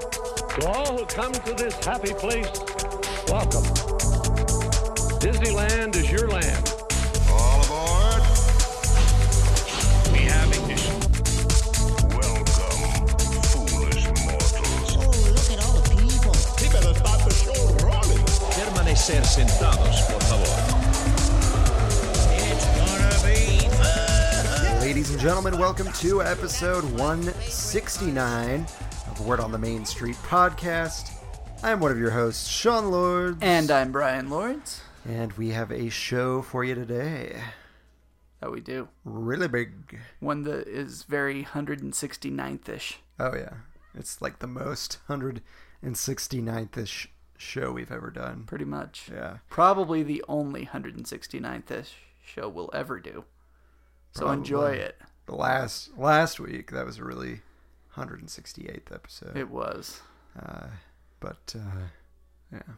To all who come to this happy place, welcome. Disneyland is your land. All aboard. We have ignition. Welcome, foolish mortals. Oh, look at all the people. Permanecer sentados, por favor. It's gonna be Ladies and gentlemen, welcome to episode 169 of Word on the Main Street podcast. I'm one of your hosts, Sean Lords. And I'm Brian Lawrence. And we have a show for you today. That we do. Really big. One that is very 169th ish. Oh, yeah. It's like the most 169th ish show we've ever done. Pretty much. Yeah. Probably the only 169th ish show we'll ever do. So enjoy Probably. it. The last last week, that was a really 168th episode. It was. Uh, but, uh, yeah.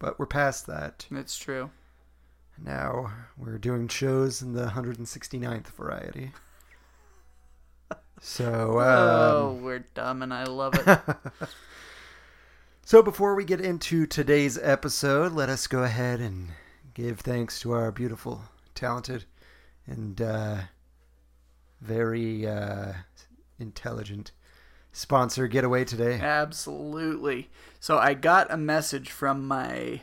But we're past that. It's true. Now we're doing shows in the 169th variety. So, um, oh, we're dumb and I love it. so before we get into today's episode, let us go ahead and give thanks to our beautiful, talented, and uh, very uh, intelligent sponsor getaway today. Absolutely. So I got a message from my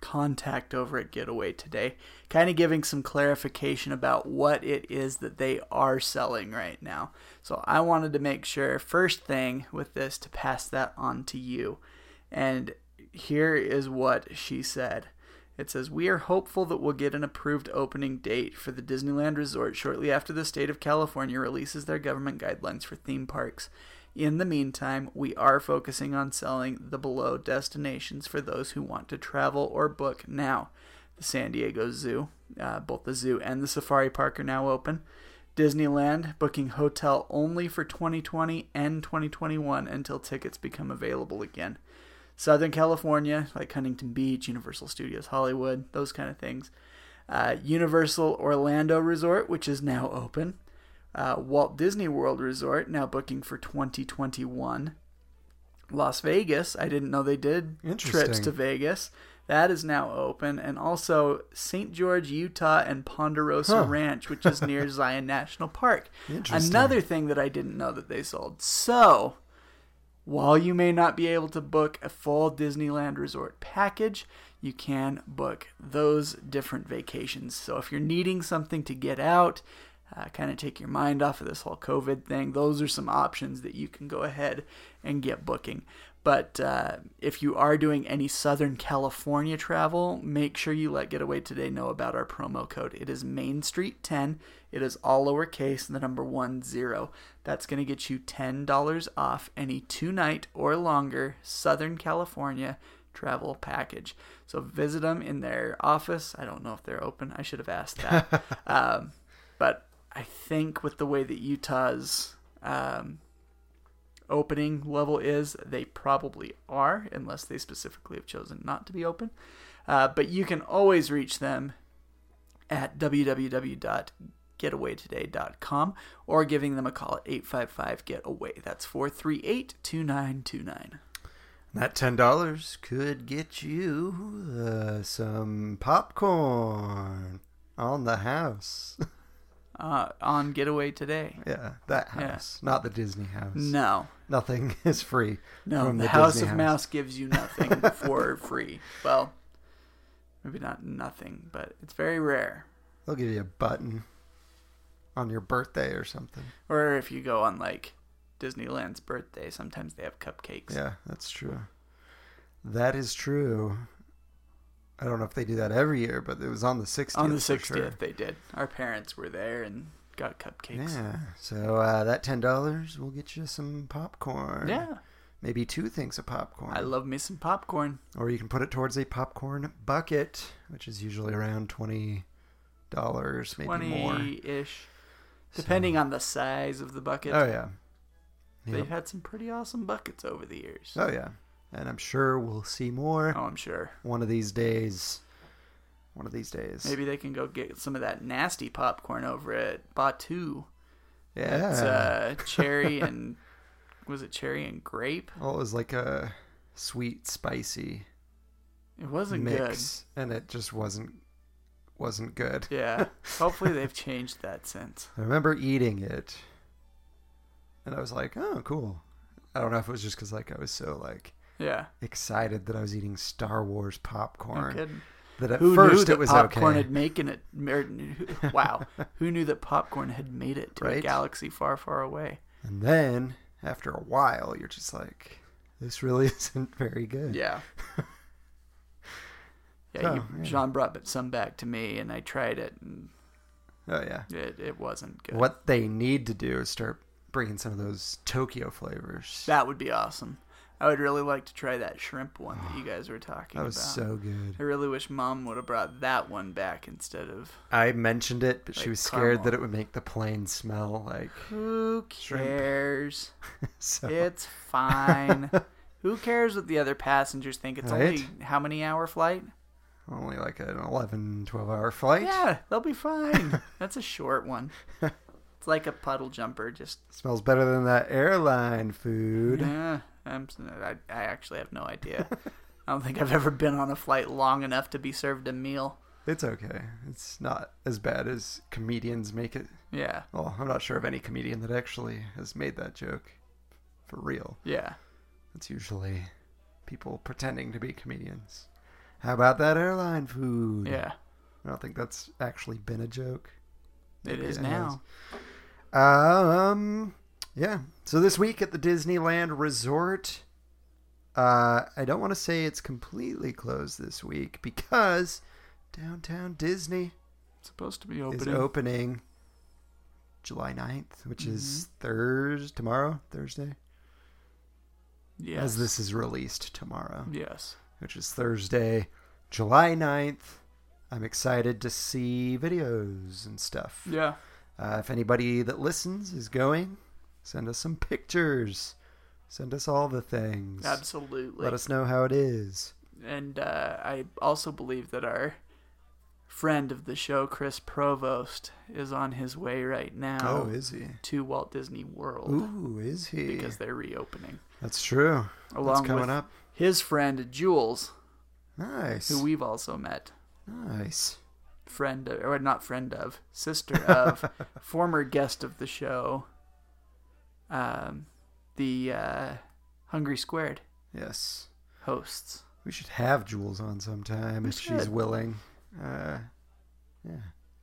contact over at Getaway today, kind of giving some clarification about what it is that they are selling right now. So I wanted to make sure, first thing with this, to pass that on to you. And here is what she said. It says, We are hopeful that we'll get an approved opening date for the Disneyland Resort shortly after the state of California releases their government guidelines for theme parks. In the meantime, we are focusing on selling the below destinations for those who want to travel or book now. The San Diego Zoo, uh, both the zoo and the safari park are now open. Disneyland booking hotel only for 2020 and 2021 until tickets become available again. Southern California, like Huntington Beach, Universal Studios Hollywood, those kind of things. Uh, Universal Orlando Resort, which is now open. Uh, Walt Disney World Resort, now booking for 2021. Las Vegas, I didn't know they did trips Interesting. to Vegas. That is now open. And also St. George, Utah, and Ponderosa Huh. Ranch, which is near Zion National Park. Interesting. Another thing that I didn't know that they sold. So, while you may not be able to book a full Disneyland resort package, you can book those different vacations. So, if you're needing something to get out, uh, kind of take your mind off of this whole COVID thing, those are some options that you can go ahead and get booking. But uh, if you are doing any Southern California travel, make sure you let Getaway Today know about our promo code. It is Main Street 10. It is all lowercase and the number one zero. That's going to get you $10 off any two night or longer Southern California travel package. So visit them in their office. I don't know if they're open. I should have asked that. um, but I think with the way that Utah's um, opening level is, they probably are, unless they specifically have chosen not to be open. Uh, but you can always reach them at www.getawaytoday.com or giving them a call at 855 Getaway. That's 438 2929. That ten dollars could get you uh, some popcorn on the house. Uh, on Getaway Today. yeah, that Yeah. house, not the Disney house. No, nothing is free. no. from the, the, House Disney of Mouse gives you nothing for free. Well, maybe not nothing, but it's very rare. They'll give you a button on your birthday or something. Or if you go on like Disneyland's birthday, sometimes they have cupcakes. Yeah, that's true. That is true. I don't know if they do that every year, but it was on the 60th. On the for 60th, sure. they did. Our parents were there and got cupcakes. Yeah. So uh, that ten dollars will get you some popcorn. yeah. Maybe two things of popcorn. I love me some popcorn. or you can put it towards a popcorn bucket, which is usually around twenty dollars, maybe more. Twenty ish, depending on the size of the bucket. Oh yeah, They've Yep. had some pretty awesome buckets over the years. oh yeah, and I'm sure we'll see more Oh, I'm sure. one of these days. One of these days, Maybe they can go get some of that nasty popcorn over at uh, Batu. Yeah, It's uh, cherry and was it cherry and grape? Well, it was like a sweet, spicy It wasn't mix, and it just wasn't wasn't good. good. Yeah. Hopefully they've changed that since. I remember eating it, and I was like, "Oh, cool." I don't know if it was just because like I was so like Yeah. excited that I was eating Star Wars popcorn Good. that at Who first knew that it was popcorn okay. had making it? Mer- who- wow. Who knew that popcorn had made it to a Right? galaxy far, far away? And then after a while, you're just like, "This really isn't very good." Yeah. yeah, So, you, Oh, yeah. John brought some back to me, and I tried it, and Oh yeah. it, it wasn't good. What they need to do is start bringing some of those Tokyo flavors. That would be awesome. I would really like to try that shrimp one that you guys were talking That was about. so good. I really wish Mom would have brought that one back instead of. I mentioned it, but she Like was scared that caramel. it would make the plane smell like Who cares? so. It's fine. Who cares what the other passengers think? It's Right? only how many hour flight? only like an 11, 12 hour flight. Yeah, they'll be fine. That's a short one. It's like a puddle jumper. Just Smells better than that airline food. eh, I'm, I, I actually have no idea. I don't think I've ever been on a flight long enough to be served a meal. It's okay. It's not as bad as comedians make it. Yeah, Well, I'm not sure of any comedian that actually has made that joke for real. yeah. It's usually people pretending to be comedians. How about that airline food? Yeah, I don't think that's actually been a joke. it Maybe is it now. Um, yeah. So this week at the Disneyland Resort, uh, I don't want to say it's completely closed this week because Downtown Disney It's supposed to be is opening. opening July 9th, which is Mm-hmm. Thursday, tomorrow, Thursday, Yes. as this is released tomorrow, Yes. which is Thursday, July 9th. I'm excited to see videos and stuff. Yeah. Uh, if anybody that listens is going, send us some pictures. Send us all the things. Absolutely. Let us know how it is. and uh, I also believe that our friend of the show, Chris Provost, is on his way right now Oh, is he? to Walt Disney World Ooh, is he? because they're reopening. That's true. Along That's coming with up. his friend Jules, Nice. who we've also met, nice. friend uh, or not friend of, sister of, former guest of the show, um, the uh, Hungry Squared Yes. hosts. We should have Jules on sometime if she's should. willing. Uh, yeah.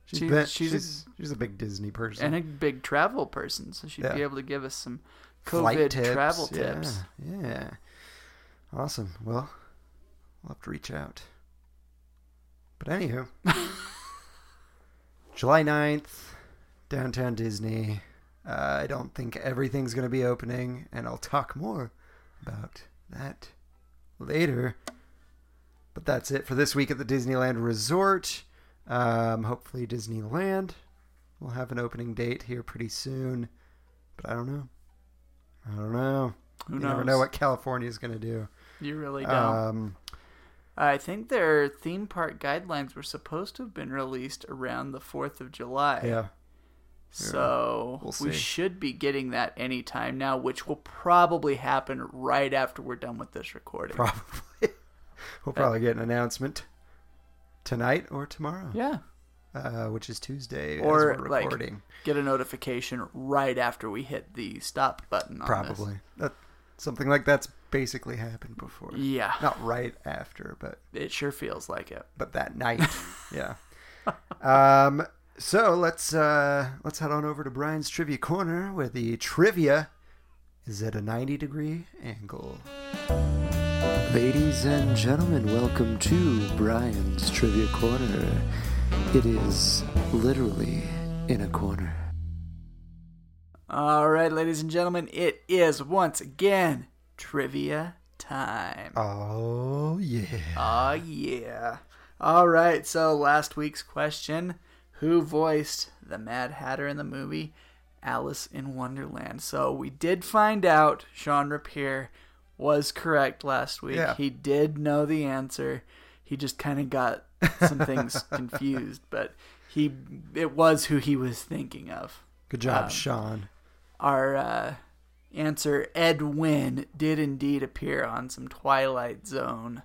She's, She- been, she's, she's a- she's, a big Disney person. and a big travel person, so she'd be Yeah. able to give us some Flight COVID travel tips. Yeah, yeah. Awesome. Well, we'll have to reach out. But anywho, July 9th, downtown Disney. Uh, I don't think everything's going to be opening, and I'll talk more about that later. But that's it for this week at the Disneyland Resort. Um, hopefully, Disneyland will have an opening date here pretty soon. But I don't know. I don't know. Who you knows? never know what California's going to do. you really don't. Um, I think their theme park guidelines were supposed to have been released around the 4th of July. yeah. So We'll we see. should be getting that anytime now, which will probably happen right after we're done with this recording. Probably. we'll probably get an announcement tonight or tomorrow, yeah. uh, which is Tuesday Or, as we're like, recording. Get a notification right after we hit the stop button on this. probably. That, something like that's basically happened before. Yeah. Not right after, but It sure feels like it. but that night. yeah. Um, so let's uh, let's head on over to Brian's trivia corner where the trivia is at a 90 degree angle. Ladies and gentlemen, welcome to Brian's trivia corner. It is literally in a corner. All right, ladies and gentlemen, it is once again trivia time. Oh yeah. Ah, yeah. All right, so last week's question Who voiced the Mad Hatter in the movie Alice in Wonderland? So we did find out Sean Rapier was correct last week. Yeah. He did know the answer. He just kind of got some things confused, but he Um, it was who he was thinking of. Good job, Sean. Our uh, Answer Edwin did indeed appear on some Twilight Zone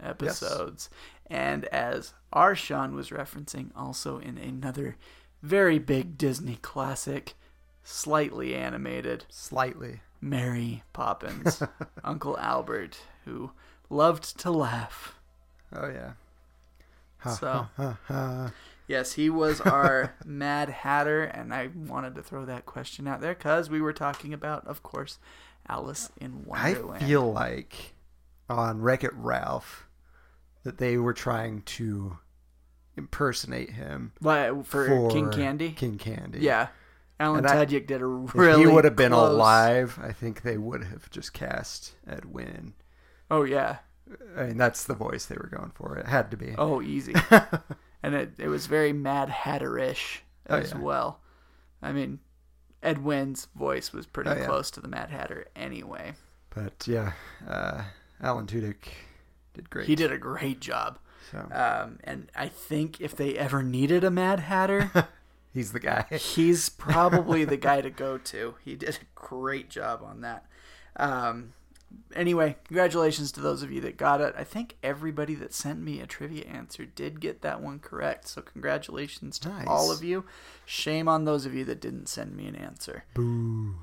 episodes. And as Arshan was referencing, also in another very big Disney classic, slightly animated, Slightly. Mary Poppins, Uncle Albert, who loved to laugh. Oh yeah. Uh-huh. So, yes, he was our Mad Hatter, and I wanted to throw that question out there because we were talking about, of course, Alice in I Wonderland. feel like on Wreck It Ralph that they were trying to impersonate him But for, King Candy, King Candy. yeah, Alan And I- Tudyk did a If really. he would have been close- alive, I think they would have just cast Edwin. Oh yeah, I mean, that's the voice they were going for. It had to be. oh easy, and it it was very Mad Hatterish Oh, as yeah. well. I mean, Edwin's voice was pretty Oh, yeah. close to the Mad Hatter anyway. But yeah, uh, Alan Tudyk did great. He did a great job. So Um, and I think if they ever needed a Mad Hatter, he's the guy. he's probably the guy to go to. He did a great job on that. Um, anyway, congratulations to those of you that got it. I think everybody that sent me a trivia answer did get that one correct. So congratulations to Nice. all of you. Shame on those of you that didn't send me an answer. Boo.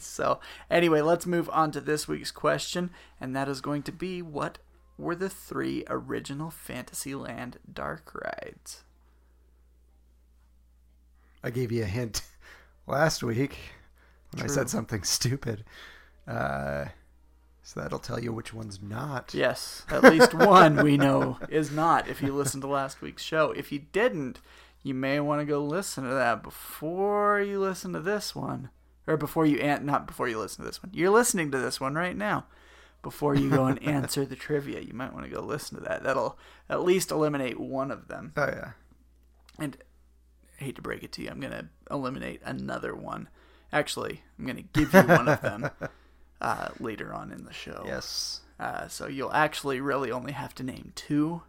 so anyway, let's move on to this week's question, and that is going to be what were the three original Fantasyland dark rides? I gave you a hint last week when I said something stupid. Uh, so that'll tell you which one's not. Yes, at least one we know is not if you listened to last week's show. If you didn't, you may want to go listen to that before you listen to this one. Or before you, an- not before you listen to this one. You're listening to this one right now. Before you go and answer the trivia, you might want to go listen to that. That'll at least eliminate one of them. Oh yeah. And I hate to break it to you, I'm going to eliminate another one. Actually, I'm going to give you one of them uh, later on in the show. Yes. Uh, so you'll actually really only have to name two,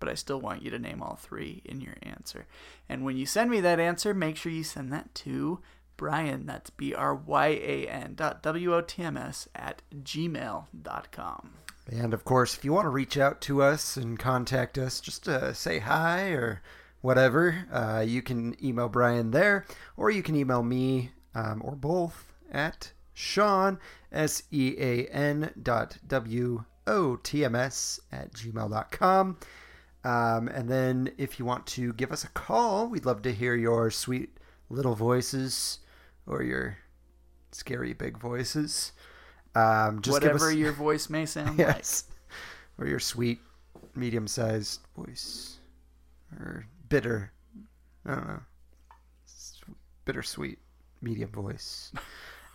but I still want you to name all three in your answer. And when you send me that answer, make sure you send that to Brian, that's B R Y A N dot W O T M S at gmail dot com. And of course, if you want to reach out to us and contact us, just uh, say hi or whatever, uh, you can email Brian there, or you can email me um, or both at Sean, S E A N dot W O T M S at gmail.com. Um, and then if you want to give us a call, we'd love to hear your sweet little voices or your scary big voices. Um, just give Whatever us- your voice may sound like. Yes. Or your sweet, medium sized voice. Or bitter. I don't know. Sweet, bittersweet, medium voice.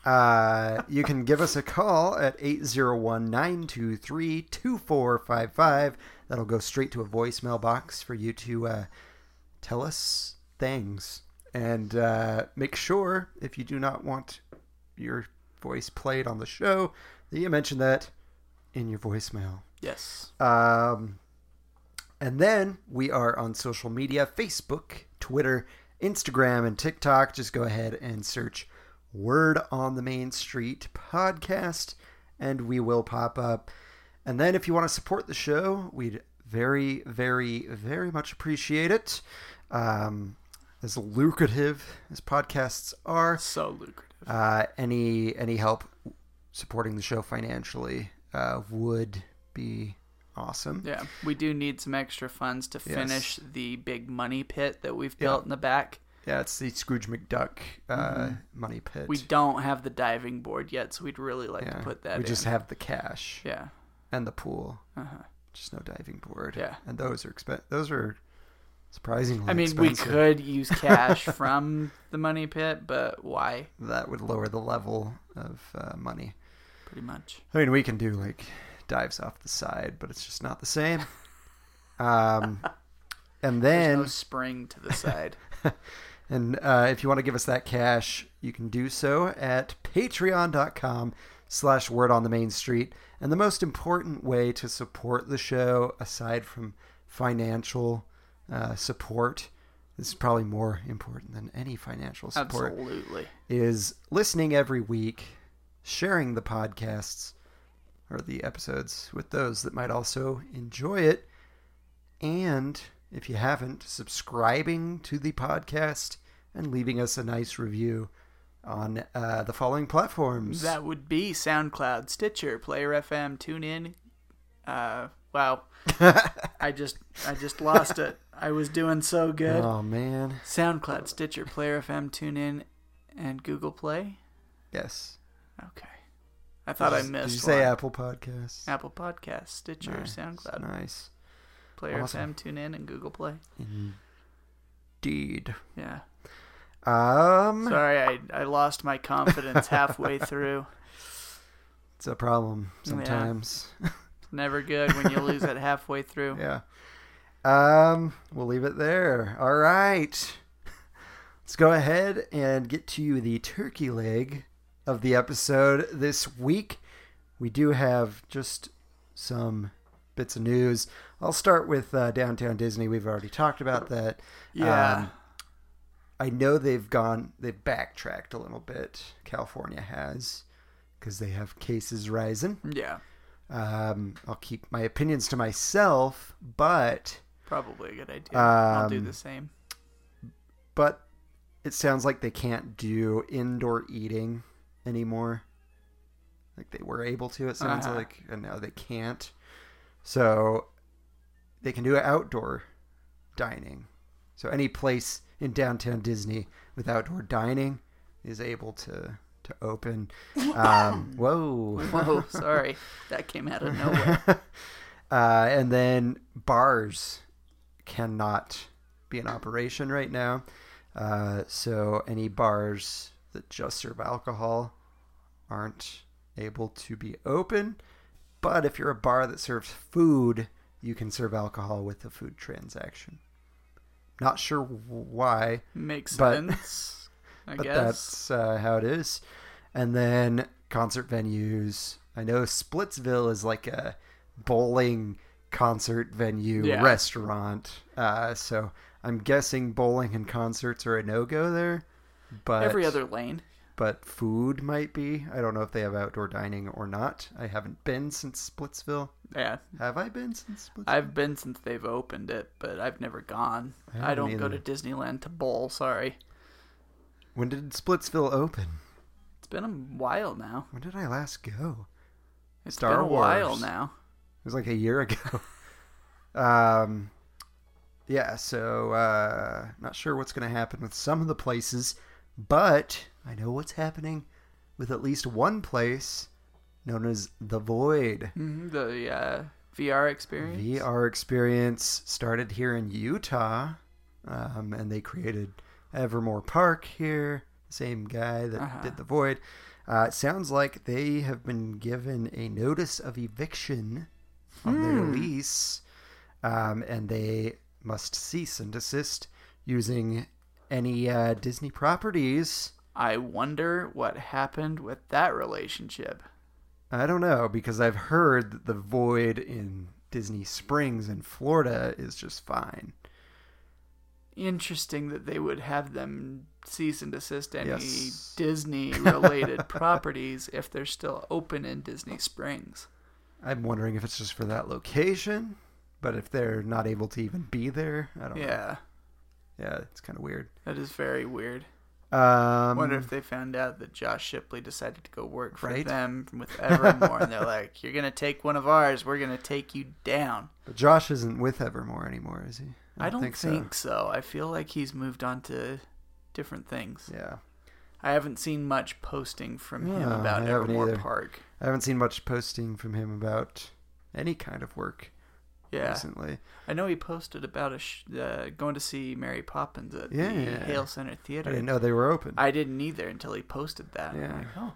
Uh, you can give us a call at 801 923 2455. That'll go straight to a voicemail box for you to uh, tell us things. And uh, make sure, if you do not want your voice played on the show, that you mention that in your voicemail. Yes. Um, and then we are on social media Facebook, Twitter, Instagram, and TikTok. Just go ahead and search Word on the Main Street podcast, and we will pop up. And then if you want to support the show, we'd very, very, very much appreciate it. Um, as lucrative as podcasts are, So lucrative. uh, any any help supporting the show financially uh, would be awesome. Yeah. We do need some extra funds to finish the big money pit that we've built in the back. Yeah, it's the Scrooge McDuck uh, money pit. Mm-hmm. We don't have the diving board yet, so we'd really like yeah. to put that we in. just have the cash yeah. Uh-huh. and the pool. Just no diving board. Yeah. and those are expen- Those are surprisingly. I mean, expensive. we could use cash from the money pit, but why? That would lower the level of uh, money. Pretty much. I mean, we can do like dives off the side, but it's just not the same. um, and then No spring to the side. And uh, if you want to give us that cash, you can do so at patreon.com slash word on the main street. And the most important way to support the show, aside from financial uh, support, this is probably more important than any financial support, Absolutely. is listening every week, sharing the podcasts or the episodes with those that might also enjoy it. And if you haven't, subscribing to the podcast and leaving us a nice review on uh, the following platforms. That would be SoundCloud, Stitcher, Player FM, TuneIn. Uh, wow, I just I just lost it. I was doing so good. oh, man. SoundCloud, Stitcher, Player FM, TuneIn, and Google Play. Yes. Okay, I thought I Did you missed. say one. Apple Podcasts? Apple Podcasts, Stitcher, SoundCloud, Nice. Player awesome. FM, TuneIn, and Google Play. Indeed. Yeah. Um, Sorry, I, I lost my confidence halfway through. it's a problem sometimes. It's never good when you lose it halfway through. Yeah. Um, we'll leave it there. All right. Let's go ahead and get to the turkey leg of the episode this week. We do have just some bits of news. I'll start with uh, Downtown Disney. We've already talked about that. Yeah. Um, I know they've gone, they've backtracked a little bit. California has, because they have cases rising. yeah. Um, I'll keep my opinions to myself, but Probably a good idea. I'll do Um, the same. but it sounds like they can't do indoor eating anymore. Like they were able to, it sounds Uh-huh. like, and now they can't. So they can do outdoor dining. So any place in downtown Disney with outdoor dining is able to to open. Um, whoa. Whoa, sorry. That came out of nowhere. Uh, and then bars cannot be in operation right now. Uh, so any bars that just serve alcohol aren't able to be open. But if you're a bar that serves food, you can serve alcohol with a food transaction. Not sure why, Makes But- sense. I but guess. that's uh, how it is. And then concert venues. I know Splitsville is like a bowling concert venue Yeah. restaurant. Uh, so I'm guessing bowling and concerts are a no go there. But Every other lane. but food might be. I don't know if they have outdoor dining or not. I haven't been since Splitsville. Yeah. Have I been since Splitsville? I've been since they've opened it, but I've never gone. I, don't haven't go to either. Disneyland to bowl, sorry. When did Splitsville open? It's been a while now. When did I last go? It's Star been a while Wars. now. It was like a year ago. um, yeah, so uh, not sure what's going to happen with some of the places, but I know what's happening with at least one place known as The Void. Mhm, The uh, VR experience. VR experience started here in Utah, um, and they created Evermore Park here. Same guy that Uh-huh. did the Void. Uh, it sounds like they have been given a notice of eviction on their Hmm. lease, um, and they must cease and desist using any uh, Disney properties. I wonder what happened with that relationship. I don't know because I've heard that the Void in Disney Springs in Florida is just fine. Interesting that they would have them cease and desist any Yes. Disney related properties if they're still open in Disney Springs. I'm wondering if it's just for that location, but if they're not able to even be there, I don't know. Yeah, Yeah, it's kind of weird. that is very weird. Um, I wonder if they found out that Josh Shipley decided to go work for Right? them with Evermore, and they're like, "You're gonna take one of ours. We're gonna take you down." but Josh isn't with Evermore anymore, is he? I don't, think, so. I feel like he's moved on to different things. Yeah, I haven't seen much posting from him Yeah, about I haven't Evermore either. Park. I haven't seen much posting from him about any kind of work Yeah, recently. I know he posted about a sh- uh, going to see Mary Poppins at the Yeah. Hale Center I Theater. didn't know they were open. I didn't either until he posted that. I'm Yeah. like, oh,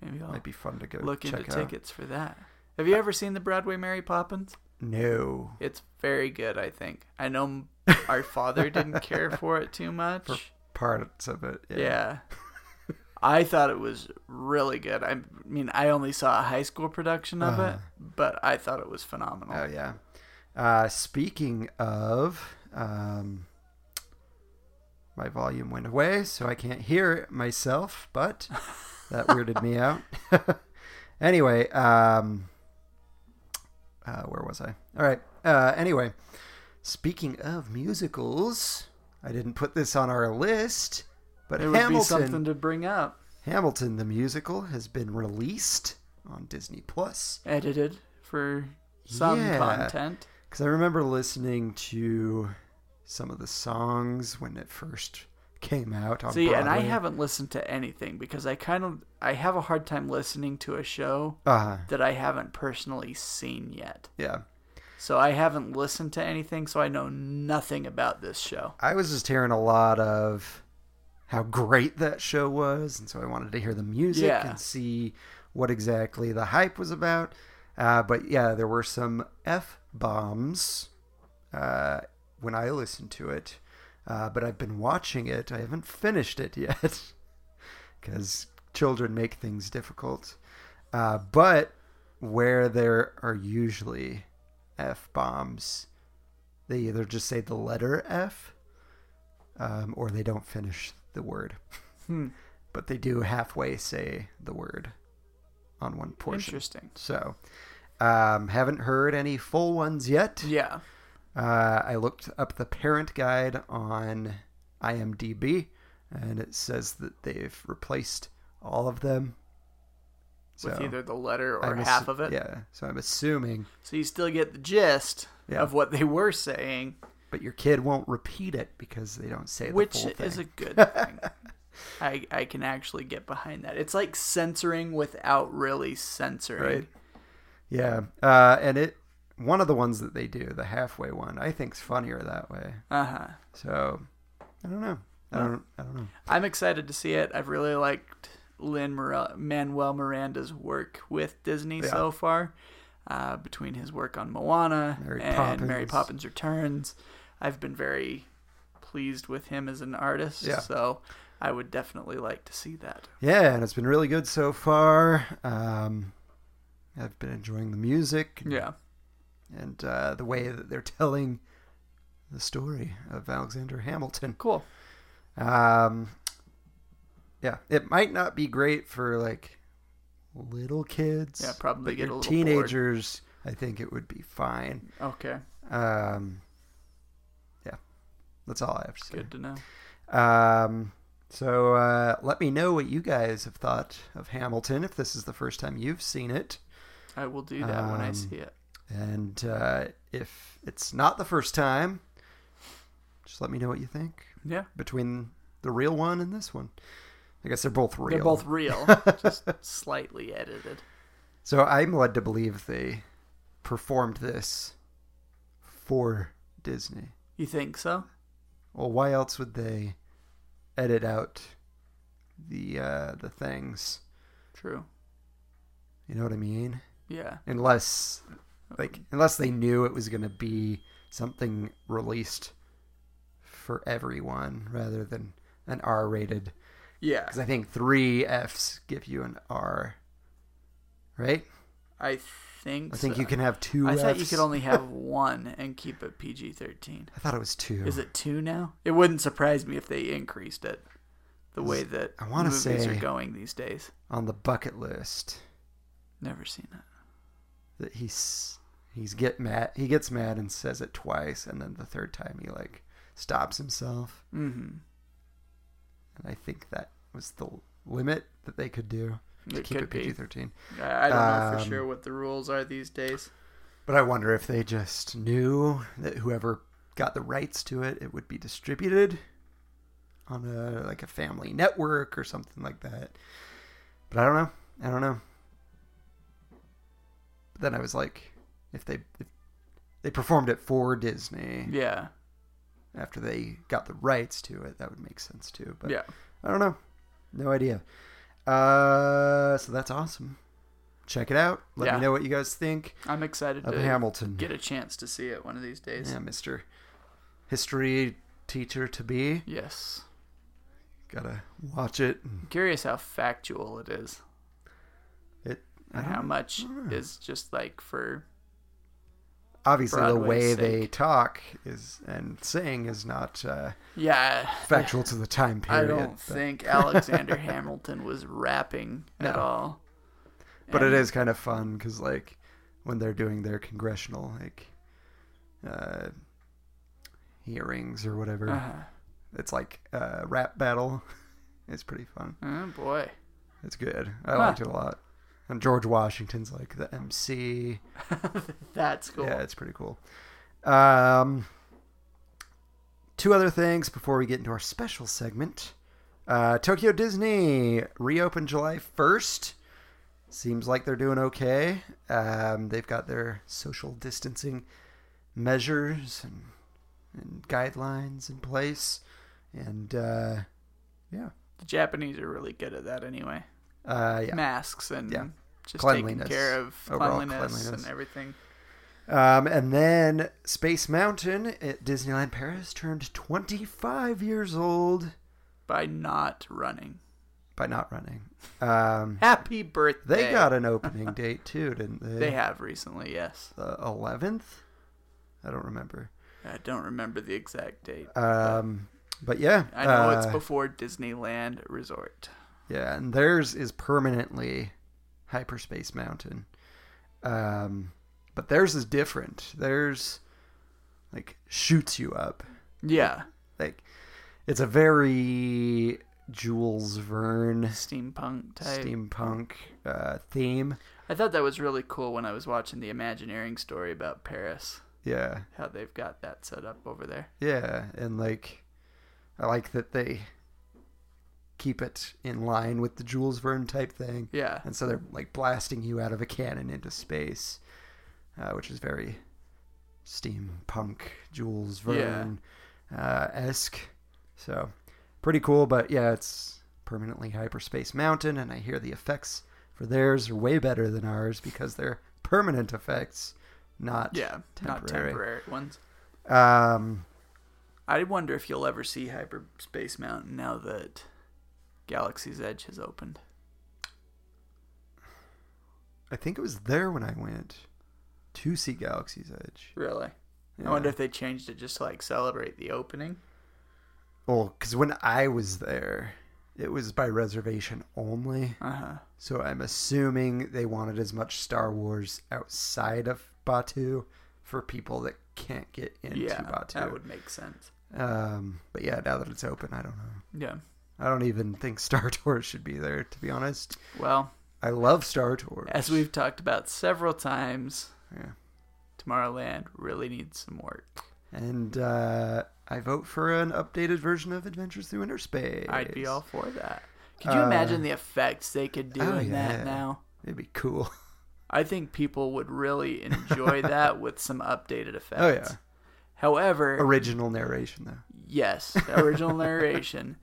maybe I'll Might be fun to go look check into out. tickets for that. Have you ever seen the Broadway Mary Poppins? No, It's very good, I think. I know m- our father didn't care for it too much. parts of it. yeah. I thought it was really good. I mean, I only saw a high school production of it, but I thought it was phenomenal. Uh-huh. Oh yeah. Uh, speaking of, um, my volume went away, so I can't hear myself. But That weirded me out. anyway, um, uh, where was I? All right. Uh, anyway, speaking of musicals, I didn't put this on our list, but It would Hamilton, be something to bring up. Hamilton the musical has been released on Disney Plus. Edited for some Yeah. content. Because I remember listening to some of the songs when it first came out on See, and I Broadway. haven't listened to anything because I kind of I have a hard time listening to a show Uh, that I haven't personally seen yet. yeah. So I haven't listened to anything, so I know nothing about this show. I was just hearing a lot of how great that show was, and so I wanted to hear the music Yeah. and see what exactly the hype was about. Uh, but yeah, there were some f bombs uh, when I listened to it. Uh, but I've been watching it. I haven't finished it yet because children make things difficult. Uh, but where there are usually f bombs, they either just say the letter F um, or they don't finish the word. Hmm. But they do halfway say the word on one portion. Interesting. So, um, haven't heard any full ones yet. Yeah. Uh, I looked up the parent guide on IMDb, and it says that they've replaced all of them. With So, either the letter or I'm half assu- of it. Yeah. So I'm assuming, So you still get the gist Yeah. of what they were saying, but your kid won't repeat it because they don't say the which full thing. is a good thing. I, I can actually get behind that. It's like censoring without really censoring. Right. Yeah, uh, and it one of the ones that they do, the halfway one, I think's funnier that way. Uh huh. So I don't know. I don't. I don't know. I'm excited to see it. I've really liked Lin Mora- Manuel Miranda's work with Disney so far. Uh, between his work on Moana Mary and Mary Poppins. Poppins Returns, I've been very pleased with him as an artist. Yeah. So I would definitely like to see that. Yeah, and it's been really good so far. Um, I've been enjoying the music Yeah. and uh, the way that they're telling the story of Alexander Hamilton. Cool. Um, yeah, it might not be great for like little kids. Yeah, probably but get your a little bored. teenagers. I think it would be fine. Okay. Um, yeah, that's all I have to say. Good to know. Um, so uh, let me know what you guys have thought of Hamilton if this is the first time you've seen it, I will do that when I Um, see it. and uh, if it's not the first time, just let me know what you think Yeah. between the real one and this one. I guess they're both real. They're both real, just slightly edited. So I'm led to believe they performed this for Disney. You think so? Well, why else would they edit out the uh, the things? True. You know what I mean? Yeah. Unless, like, unless they knew it was going to be something released for everyone rather than an R rated. Yeah. Because I think three Fs give you an R, right? I think I think so. you can have two. uh, I thought you Fs. could only have one and keep it PG thirteen. I thought it was two. Is it two now? It wouldn't surprise me if they increased it, the way that I wanna movies say- are going these days. on the bucket list? Never seen it. that he's he's get mad he gets mad and says it twice and then the third time he like stops himself Mm-hmm. and i think that was the limit that they could do to It keep could it be. pg-13 I, I don't know for Um, sure what the rules are these days. but i wonder if they just knew that whoever got the rights to it it would be distributed on a like a family network or something like that but i don't know i don't know but then i was like if they if they performed it for disney Yeah, after they got the rights to it. That would make sense too. But yeah. I don't know. No idea. Uh, so that's awesome. Check it out. Let Yeah. me know what you guys think I'm excited of to Hamilton. get a chance to see it one of these days. yeah, Mr. History teacher to be. Yes. Gotta watch it. I'm curious how factual it is, It. I and don't how know. much is just like for obviously the Broadway's way they sake. talk is and sing is not uh, Yeah. factual to the time I period. don't but, think Alexander Hamilton was rapping at No. all. but it And- is kind of fun because like when they're doing their congressional like uh, hearings or whatever, Uh-huh. it's like uh, rap battle. It's pretty fun. Oh boy. It's good. I liked it a lot. And George Washington's like the MC. That's cool. Yeah, it's pretty cool. Um, two other things before we get into our special segment. Uh, Tokyo Disney reopened July 1st. Seems like they're doing okay. Um, they've got their social distancing measures and, and guidelines in place. And uh, yeah. The Japanese are really good at that anyway. Uh, yeah. Masks and Yeah. just taking Cleanliness. care of Overall cleanliness, cleanliness. and everything. Um, and then Space Mountain at Disneyland Paris turned 25 years old By not running. by not running. Um, Happy birthday. they got an opening date too, didn't they? They have recently, yes. the 11th. I don't remember. I don't remember the exact date. Um, but yeah, I know it's uh, before Disneyland Resort. yeah, and theirs is permanently Hyperspace Mountain. Um, but theirs is different. Theirs like shoots you up. Yeah. like it's a very Jules Verne Steampunk type. steampunk uh, theme. I thought that was really cool when I was watching the Imagineering story about Paris, Yeah, how they've got that set up over there. yeah, and like I like that they keep it in line with the Jules Verne type thing, Yeah. and so they're like blasting you out of a cannon into space, uh, which is very steampunk Jules Verne uh, esque. So pretty cool, but yeah, it's permanently hyperspace mountain, and I hear the effects for theirs are way better than ours because they're permanent effects, not Yeah. Not temporary. temporary ones. Um, I wonder if you'll ever see Hyperspace Mountain now that Galaxy's Edge has opened. I think it was there when I went to see Galaxy's Edge. Really? Yeah. I wonder if they changed it just to like celebrate the opening. Well, because when I was there, it was by reservation only. Uh huh. So I'm assuming they wanted as much Star Wars outside of Batu for people that can't get into Yeah. Batu. That would make sense. Um, but yeah, now that it's open, I don't know. Yeah. I don't even think Star Tours should be there, to be honest. Well, I love Star Tours. as we've talked about several times, Yeah. Tomorrowland really needs some work. And uh, I vote for an updated version of Adventures Through Inner Space. I'd be all for that. Could you imagine the effects they could do Uh, oh, in yeah. that now? It'd be cool. I think people would really enjoy that with some updated effects. Oh, yeah. However, Original narration, though. yes, original narration.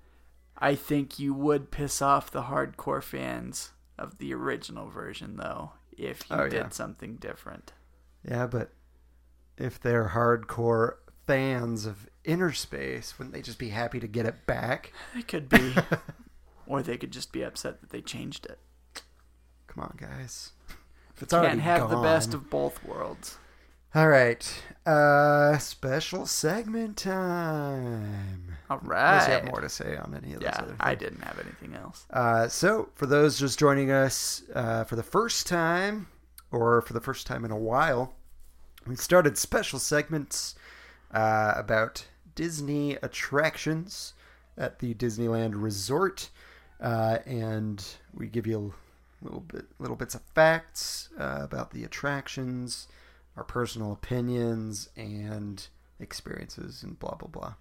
I think you would piss off the hardcore fans of the original version though if you Oh, did yeah. something different. Yeah, but if they're hardcore fans of Inner Space, wouldn't they just be happy to get it back? It could be or they could just be upset that they changed it. Come on, guys. If it's Can't have the best of both worlds. All right. Uh, special segment time. All I right. have more to say on any of those yeah, other I things. didn't have anything else. Uh, so, for those just joining us uh, for the first time, or for the first time in a while, we started special segments uh, about Disney attractions at the Disneyland Resort, uh, and we give you a little bit, little bits of facts uh, about the attractions, our personal opinions, and experiences, and blah blah blah.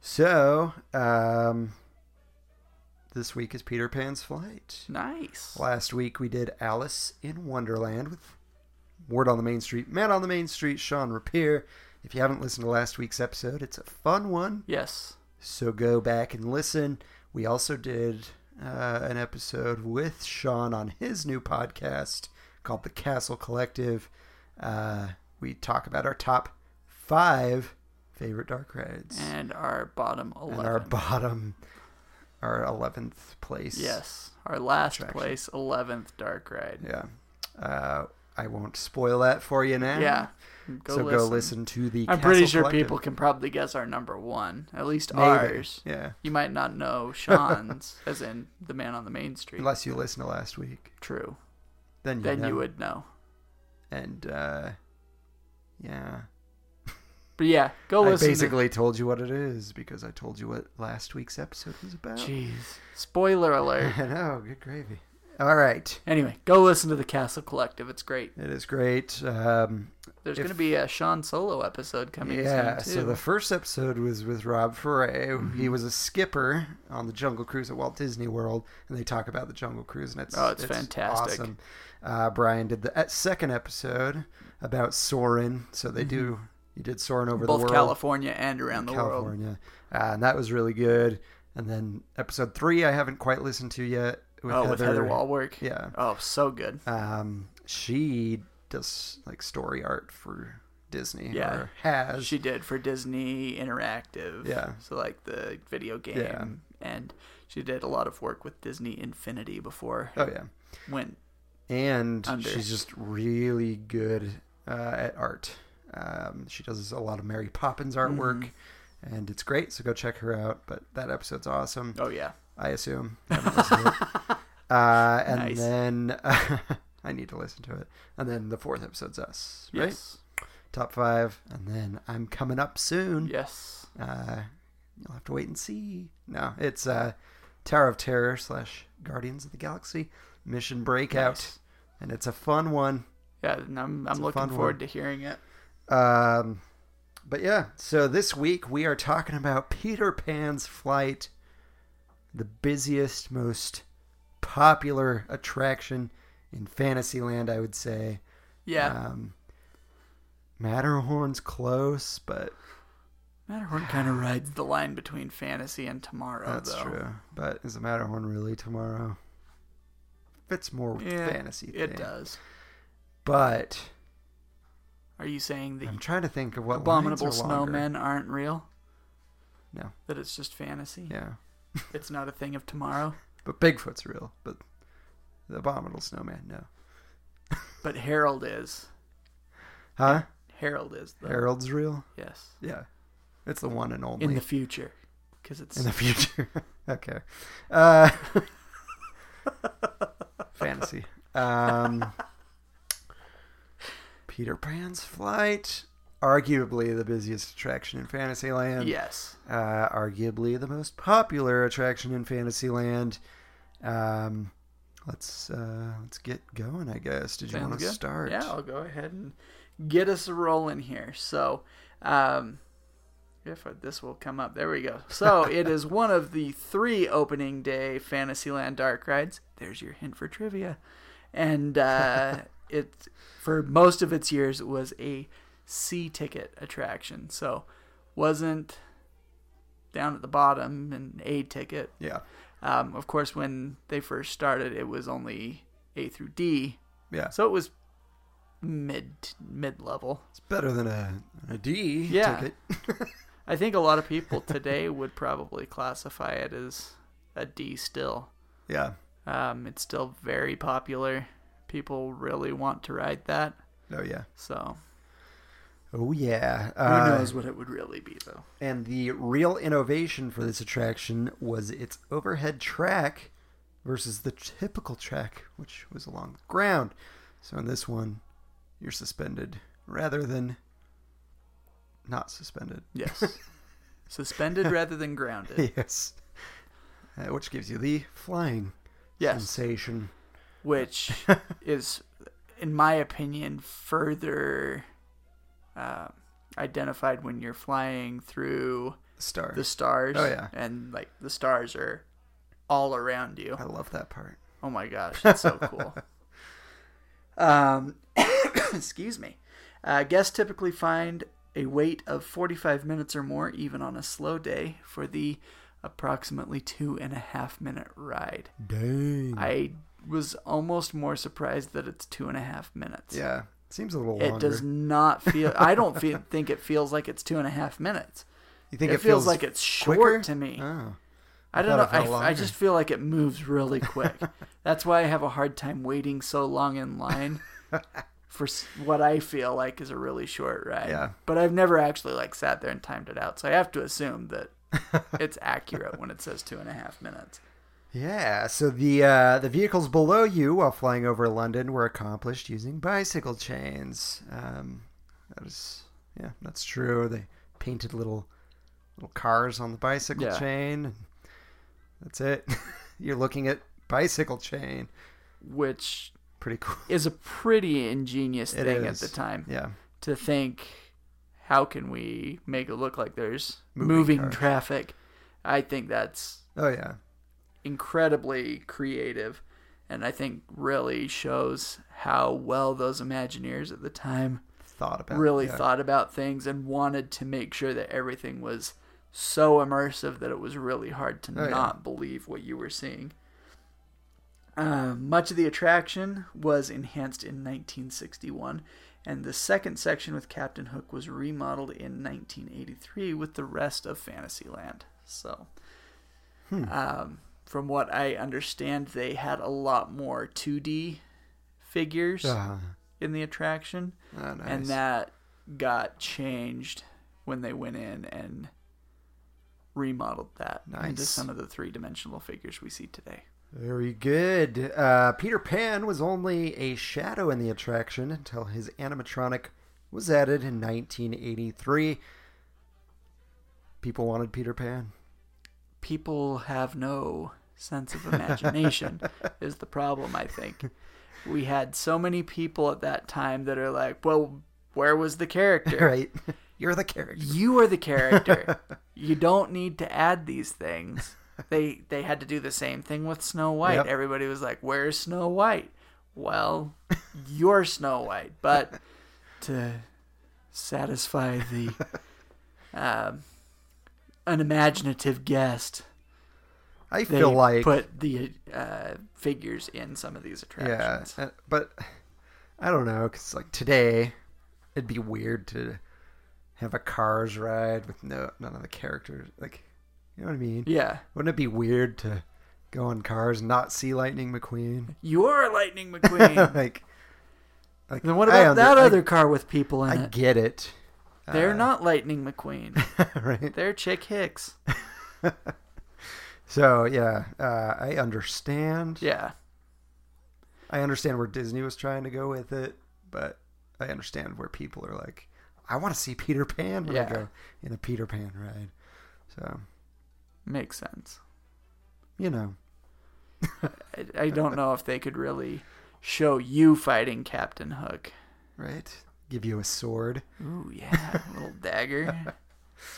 So, um, this week is Peter Pan's flight. Nice. Last week we did Alice in Wonderland with Word on the Main Street, Man on the Main Street, Sean Rapier. If you haven't listened to last week's episode, it's a fun one. Yes. So go back and listen. We also did uh, an episode with Sean on his new podcast called The Castle Collective. Uh, we talk about our top five favorite dark rides And our bottom 11. and our bottom, our 11th place. yes. Our last attraction. place, 11th dark ride. Yeah. Uh, I won't spoil that for you now. Yeah. so go listen to the. I'm Castle pretty sure Collective. people can probably guess our number one, at least Maybe. ours. Yeah. You might not know Sean's, as in the man on the main street. Unless you listen to last week, True. then you Then know. you would know. And uh, yeah, But yeah, go I listen. to- basically told you what it is because I told you what last week's episode was about. Jeez. Spoiler alert. I know. Good gravy. All right. Anyway, go listen to the Castle Collective. It's great. It is great. Um, There's If- going to be a Sean Solo episode coming yeah, soon, too. Mm-hmm. so the first episode was with Rob Foray. He was a skipper on the Jungle Cruise at Walt Disney World, and they talk about the Jungle Cruise, and it's, Oh, it's fantastic. Awesome. Uh, Brian did the uh, second episode about Soren, so they do. You did Soren over Mm-hmm. Both the world, California and around the world. California, Uh, and that was really good. And then episode three, I haven't quite listened to yet. With Oh, Heather. with Heather Wallwork. Yeah. Oh, so good. Um, she does like story art for Disney. Yeah. or has she did for Disney Interactive. Yeah. So like the video game Yeah. and she did a lot of work with Disney Infinity before Oh yeah. it went and Under. she's just really good uh, at art. Um, she does a lot of Mary Poppins artwork, Mm-hmm. and it's great. So go check her out. But that episode's awesome. Oh yeah. I assume. Haven't listened to it. uh, and Nice. then I need to listen to it. And then the fourth episode's us, right? Yes. Top five, and then I'm coming up soon. Yes. Uh, you'll have to wait and see. No, it's uh, Tower of Terror slash Guardians of the Galaxy Mission Breakout, Nice. and it's a fun one. Yeah, and I'm I'm a looking fun forward one. to hearing it. Um, but yeah, so this week we are talking about Peter Pan's flight, the busiest, most popular attraction in Fantasyland, I would say. Yeah. Um, Matterhorn's close, but Matterhorn kind of rides the line between fantasy and tomorrow that's though. true. But is the Matterhorn really tomorrow? Fits more with Yeah, fantasy. It thing. does. But Are you saying the I'm trying to think of what abominable lines are longer. snowmen aren't real? No. That it's just fantasy? Yeah, It's not a thing of tomorrow. but Bigfoot's real. But the abominable snowman, no. But Harold is. Huh? Harold is though. Harold's real? Yes. Yeah. It's the one and only in the future because it's In the future. okay. Uh, fantasy. Um, Peter Pan's flight, arguably the busiest attraction in Fantasyland. yes Uh, arguably the most popular attraction in Fantasyland. Um, let's uh, let's get going. I guess. Did you Sounds want to good. start? yeah i'll go ahead and get us rolling here so um if I, this will come up there we go so it is one of the three opening day fantasyland dark rides there's your hint for trivia and uh it for most of its years it was a c ticket attraction so wasn't down at the bottom an a ticket Yeah. Um, of course, when they first started, it was only A through D, Yeah. so it was mid mid level. It's better than a, a D Yeah. ticket. I think a lot of people today would probably classify it as a D still. Yeah. Um, it's still very popular. People really want to ride that, Oh yeah. so Oh yeah. who Uh, knows what it would really be though. And the real innovation for this attraction was its overhead track versus the typical track, which was along the ground. So in this one, you're suspended rather than not suspended. Yes, suspended rather than grounded. yes. Uh, which gives you the flying Yes, sensation. which is, in my opinion, further um identified when you're flying through Star. the stars. Oh, yeah. and like the stars are all around you. I love that part. Oh my gosh, that's so cool. Um, excuse me. Uh, guests typically find a wait of 45 minutes or more, even on a slow day, for the approximately two and a half minute ride. Dang. I was almost more surprised that it's two and a half minutes. Yeah. Seems a little It longer. does not feel. I don't feel, think it feels like it's two and a half minutes. you think it it, feels like it's short quicker? to me. Oh. I don't know. thought it felt I, I longer. just feel like it moves really quick. That's why I have a hard time waiting so long in line for s- what I feel like is a really short ride. Yeah. But I've never actually like sat there and timed it out, so I have to assume that it's accurate when it says two and a half minutes. Yeah, so the uh, the vehicles below you while flying over London were accomplished using bicycle chains. Um, that is, yeah, that's true. They painted little little cars on the bicycle Yeah. chain. That's it. You're looking at bicycle chain. Which Pretty cool. is a pretty ingenious It thing at is. the time Yeah, to think how can we make it look like there's Moving moving, cars. traffic i think that's Oh yeah. incredibly creative and i think really shows how well those imagineers at the time Thought about. it, really yeah. thought about things and wanted to make sure that everything was so immersive that it was really hard to Oh, yeah. not believe what you were seeing. Uh, much of the attraction was enhanced in 1961, and the second section with Captain Hook was remodeled in 1983 with the rest of Fantasyland. So, Hmm. um, from what I understand, they had a lot more 2D figures Uh, in the attraction oh, nice. and that got changed when they went in and remodeled that into Nice. some of the three-dimensional figures we see today. Very good. Uh, Peter Pan was only a shadow in the attraction until his animatronic was added in 1983. People wanted Peter Pan. People have no sense of imagination is the problem, I think. We had so many people at that time that are like, "Well, where was the character?" Right. You're the character. You are the character. you don't need to add these things. They they had to do the same thing with Snow White. Yep. Everybody was like, "Where's Snow White?" Well, you're Snow White, but to satisfy the um, unimaginative guest, I they feel like. put the uh, figures in some of these yeah. attractions. uh, But I don't know, because like today, it'd be weird to have a cars ride with no none of the characters. Like, you know what I mean? yeah. Wouldn't it be weird to go on cars and not see Lightning McQueen? You are Lightning McQueen. like, like, then what I about under- that I- other car with people in I, uh, it? get it. They're not Lightning McQueen. right. They're Chick Hicks. So yeah, uh, I understand. Yeah. I understand where Disney was trying to go with it, but I understand where people are like, I want to see Peter Pan when I Yeah. go in a Peter Pan ride. So Makes sense. you know, I, I don't know if they could really show you fighting Captain Hook. right? Give you a sword. Ooh, yeah. A little dagger.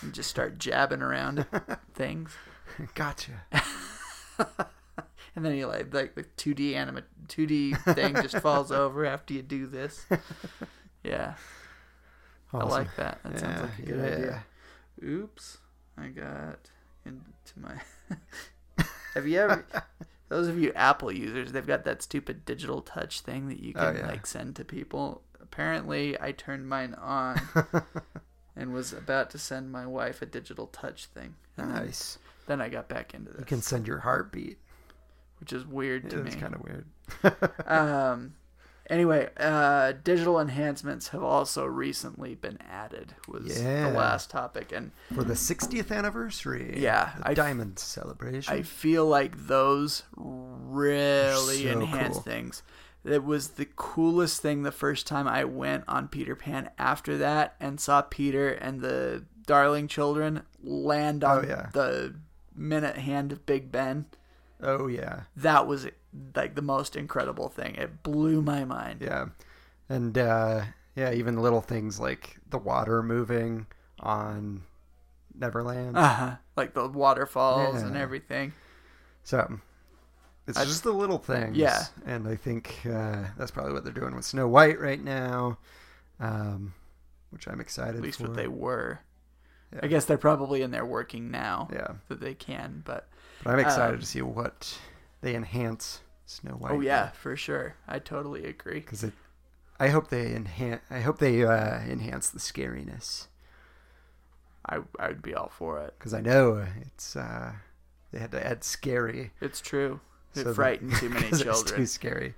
And just start jabbing around at things. gotcha. And then you like like the 2D anima 2D thing just falls over after you do this. Yeah. Awesome. I like that. That sounds Yeah, like a good idea. Oops. I got into my Have you ever those of you Apple users, they've got that stupid digital touch thing that you Oh, can yeah. like send to people. Apparently I turned mine on and was about to send my wife a digital touch thing. yeah. And then- Nice. Then I got back into this, You can send your heartbeat. which is weird to me. It's kind of weird. Um, anyway, uh, digital enhancements have also recently been added. Was Yeah. the last topic, and For the 60th anniversary. Yeah, The I f- diamond celebration. I feel like those really So enhance cool. things. It was the coolest thing the first time I went on Peter Pan after that and saw Peter and the Darling Children land on Oh, yeah. the minute hand of Big Ben. oh yeah. That was like the most incredible thing. It blew my mind. Yeah. And uh yeah, even little things like the water moving on Neverland. Uh-huh. Like the waterfalls and Yeah. everything. so it's I- just the little things. Yeah. And I think uh that's probably what they're doing with Snow White right now. Um which I'm excited At least for. what they were. Yeah. I guess they're probably in there working now Yeah. that they can, but But I'm excited Um, to see what they enhance Snow White. oh yeah, for sure. I totally agree. Cuz it I hope they enhance I hope they uh enhance the scariness I I would be all for it. cuz I know it's uh they had to add scary It's true. It So the- frightened too many 'cause It's too children. scary.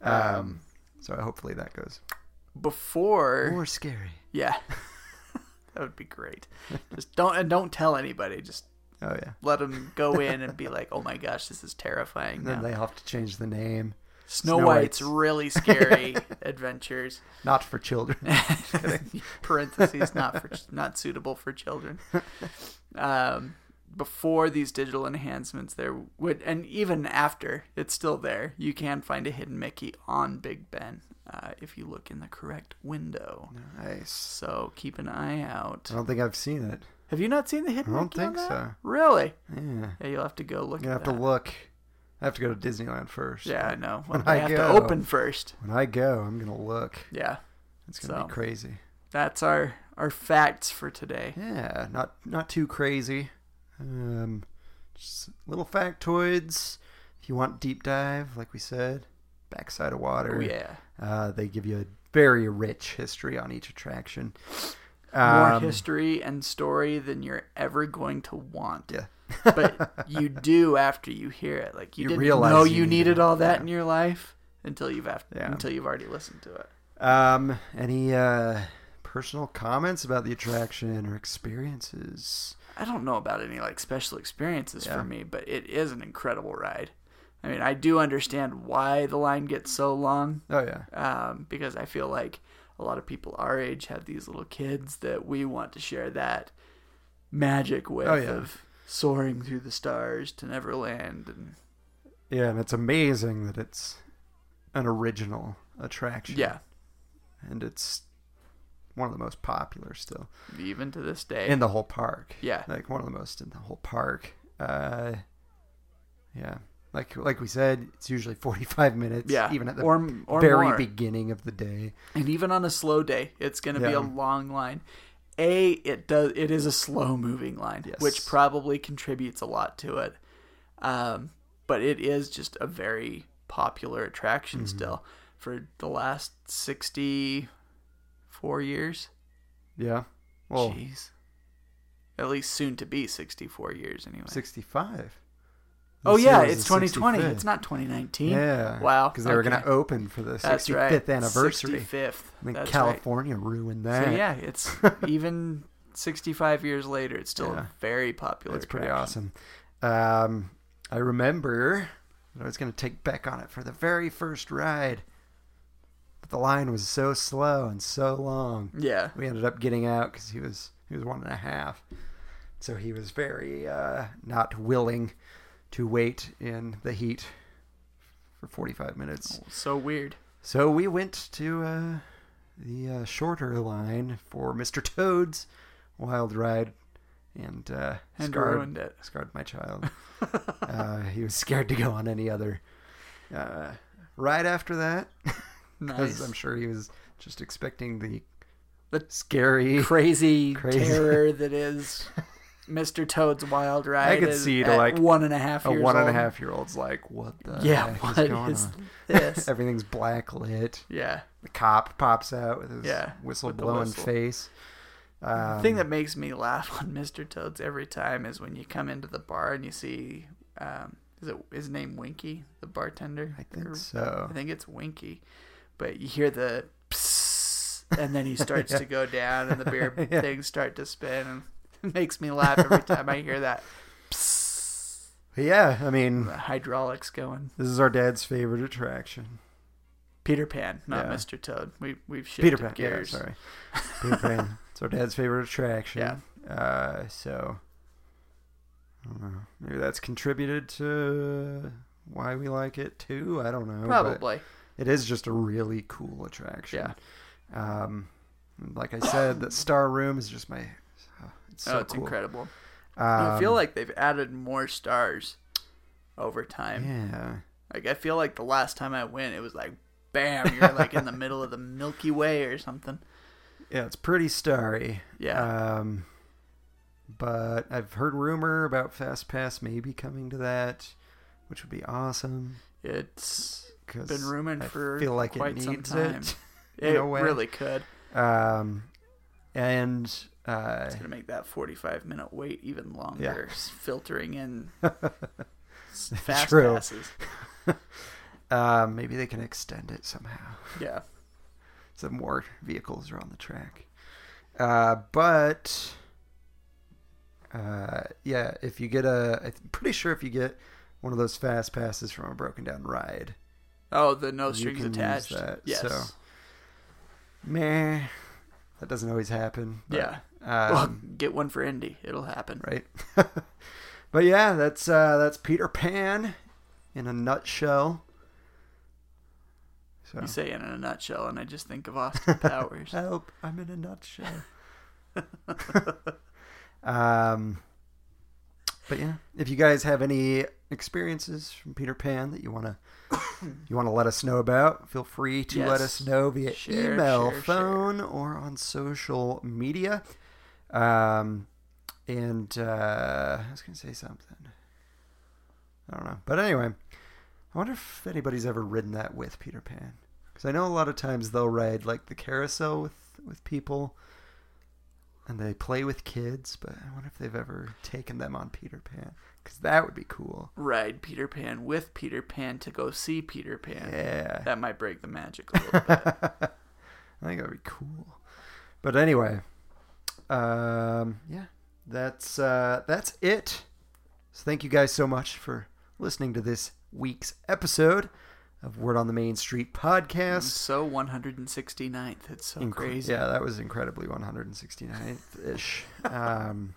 Um, so Um, hopefully that goes before. More scary. Yeah, that would be great. Just don't and don't tell anybody. Just Oh yeah. let them go in and be like, "Oh my gosh, this is terrifying." Then now." they have to change the name. Snow, Snow White's White's. really scary adventures. Not for children. parentheses not for not suitable for children. Um, before these digital enhancements, there would and even after it's still there. You can find a hidden Mickey on Big Ben uh, if you look in the correct window. nice. So keep an eye out. I don't think I've seen it. Have you not seen the hidden I don't Mickey? on think that? so. Really? Yeah. Yeah, you'll have to go look. I'm gonna have at to that. look. I have to go to Disneyland first. Yeah, I know. Well, When they I have to go. open first. When I go, I'm gonna look. Yeah, It's gonna So. be crazy. that's our our facts for today. Yeah, not not too crazy. Um, just little factoids. If you want deep dive, like we said, backside of water. Oh yeah, Uh, they give you a very rich history on each attraction. more Um, history and story than you're ever going to want. Yeah. but you do after you hear it. Like you, You didn't realize know you, you needed needed it. all that Yeah. in your life until you've af- Yeah. until you've already listened to it. Um, any uh, personal comments about the attraction or experiences? I don't know about any like special experiences Yeah. for me, but it is an incredible ride. I mean, I do understand why the line gets so long. Oh yeah, um, because I feel like a lot of people our age have these little kids that we want to share that magic with Oh, yeah. of soaring through the stars to Neverland and yeah, and it's amazing that it's an original attraction. yeah, and it's one of the most popular still even to this day. in the whole park. Yeah. like one of the most in the whole park. Uh, yeah, like like we said, it's usually forty five minutes. Yeah, even at the or- or very more. beginning of the day. and even on a slow day, it's going to be Yeah. a long line. A it does it is a slow moving line, Yes. which probably contributes a lot to it. Um, but it is just a very popular attraction Mm-hmm. still for the last 64 years. Yeah, well, Jeez. At least soon to be 64 years anyway. sixty five. oh yeah, it's 2020. It's not 2019. Yeah. Wow. Because they were going to open for the 65th anniversary. 65th. And then That's right. California ruined that. So yeah, it's even 65 years later, it's still Yeah. a very popular. That's pretty attraction. awesome. Um, I remember that I was going to take Beck on it for the very first ride. But the line was so slow and so long. Yeah. We ended up getting out because he was he was one and a half, so he was very uh, not willing to wait in the heat for forty five minutes. So weird. So we went to uh, the uh, shorter line for Mr. Toad's Wild Ride, and uh, And scarred, ruined it. Scarred my child. uh, he was scared to go on any other uh, ride after that, because Nice. I'm sure he was just expecting the The scary. crazy, Crazy. terror that is Mr. Toad's Wild Ride. could is see to, at like, one and a half a years one and a old. half year old's like, what the Yeah, heck what is going is on? this? Everything's black lit. Yeah. The cop pops out with his Yeah, whistle with the blowing whistle. face. Um, The thing that makes me laugh on Mr. Toad's every time is when you come into the bar and you see, um, is it his name Winky, the bartender? I think Or- so. I think it's Winky, but you hear the psst, and then he starts to go down, and the beer Yeah. things start to spin, and it makes me laugh every time I hear that. psst, Yeah, I mean, the hydraulics going. this is our dad's favorite attraction. Peter Pan, not Yeah. Mr. Toad. We we've shifted Peter Pan. gears. Yeah, sorry. Peter Pan. It's our dad's favorite attraction. Yeah. Uh, so, I don't know. Maybe that's contributed to why we like it too. I don't know. but Probably. It is just a really cool attraction. Yeah. Yeah. Um, like I said, the Star Room is just my. oh, it's so oh, it's cool. incredible. I Um, feel like they've added more stars over time. Yeah. Like I feel like the last time I went, it was like bam, you're like in the middle of the Milky Way or something. Yeah, it's pretty starry. Yeah. Um, but I've heard rumor about Fast Pass maybe coming to that, which would be awesome. It's 'cause been rumored I for feel like quite it some needs time. it. it No way. really could. Um, and uh, It's gonna make that 45 minute wait even longer. s- Filtering in s- fast True. passes. uh, um, maybe they can extend it somehow. Yeah. some more vehicles are on the track. Uh, but uh, yeah, if you get a, I'm pretty sure if you get one of those fast passes from a broken down ride, Oh, the no You strings can use attached. that, yes. so- meh, that doesn't always happen. but, yeah. well, um, get one for Indy. It'll happen. right. but yeah, that's uh, that's Peter Pan in a nutshell. So You say it in a nutshell, and I just think of Austin Powers. Help, I'm in a nutshell. um, but yeah, if you guys have any experiences from Peter Pan that you want to you want to let us know about, feel free to let us Yes. know via Share, email, share, share. phone, or on social media. Um, and uh, I was gonna say something. I don't know, but anyway, I wonder if anybody's ever ridden that with Peter Pan. Because I know a lot of times they'll ride like the carousel with with people, and they play with kids. But I wonder if they've ever taken them on Peter Pan. Because that would be cool. Ride Peter Pan with Peter Pan to go see Peter Pan. Yeah, That might break the magic a little bit. I think that'd be cool. But anyway, um, yeah, that's uh, that's it. So thank you guys so much for listening to this week's episode of Word on the Main Street podcast. so 169th. It's so Inc- crazy. Yeah, that was incredibly 169th ish. um,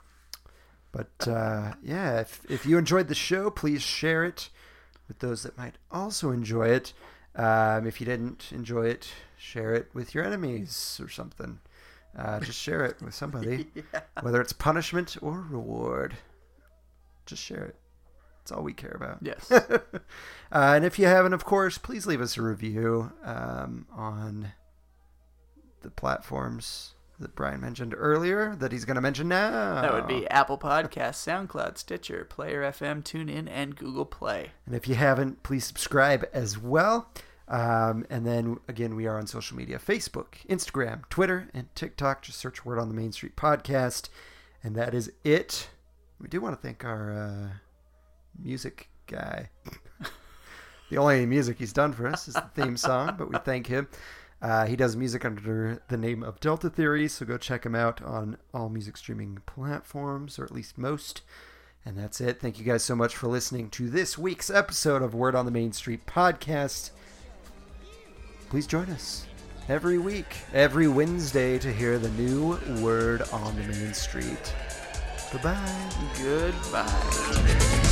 but uh, yeah, if, if you enjoyed the show, please share it with those that might also enjoy it. Um, if you didn't enjoy it, share it with your enemies or something. Uh, just share it with somebody, whether it's punishment or reward. Just share it. That's all we care about. Yes. Uh, and if you haven't, of course, please leave us a review um, on the platforms that Brian mentioned earlier that he's going to mention now. That would be Apple Podcasts, SoundCloud, Stitcher, Player FM, TuneIn, and Google Play. And if you haven't, please subscribe as well. Um, and then again, we are on social media Facebook, Instagram, Twitter, and TikTok. Just search Word on the Main Street podcast. And that is it. We do want to thank our uh, music guy. the only music he's done for us is the theme song, but we thank him. Uh, he does music under the name of Delta Theory, so go check him out on all music streaming platforms, or at least most. And that's it. Thank you guys so much for listening to this week's episode of Word on the Main Street podcast. Please join us every week, every Wednesday, to hear the new Word on the Main Street. Bye bye. Goodbye.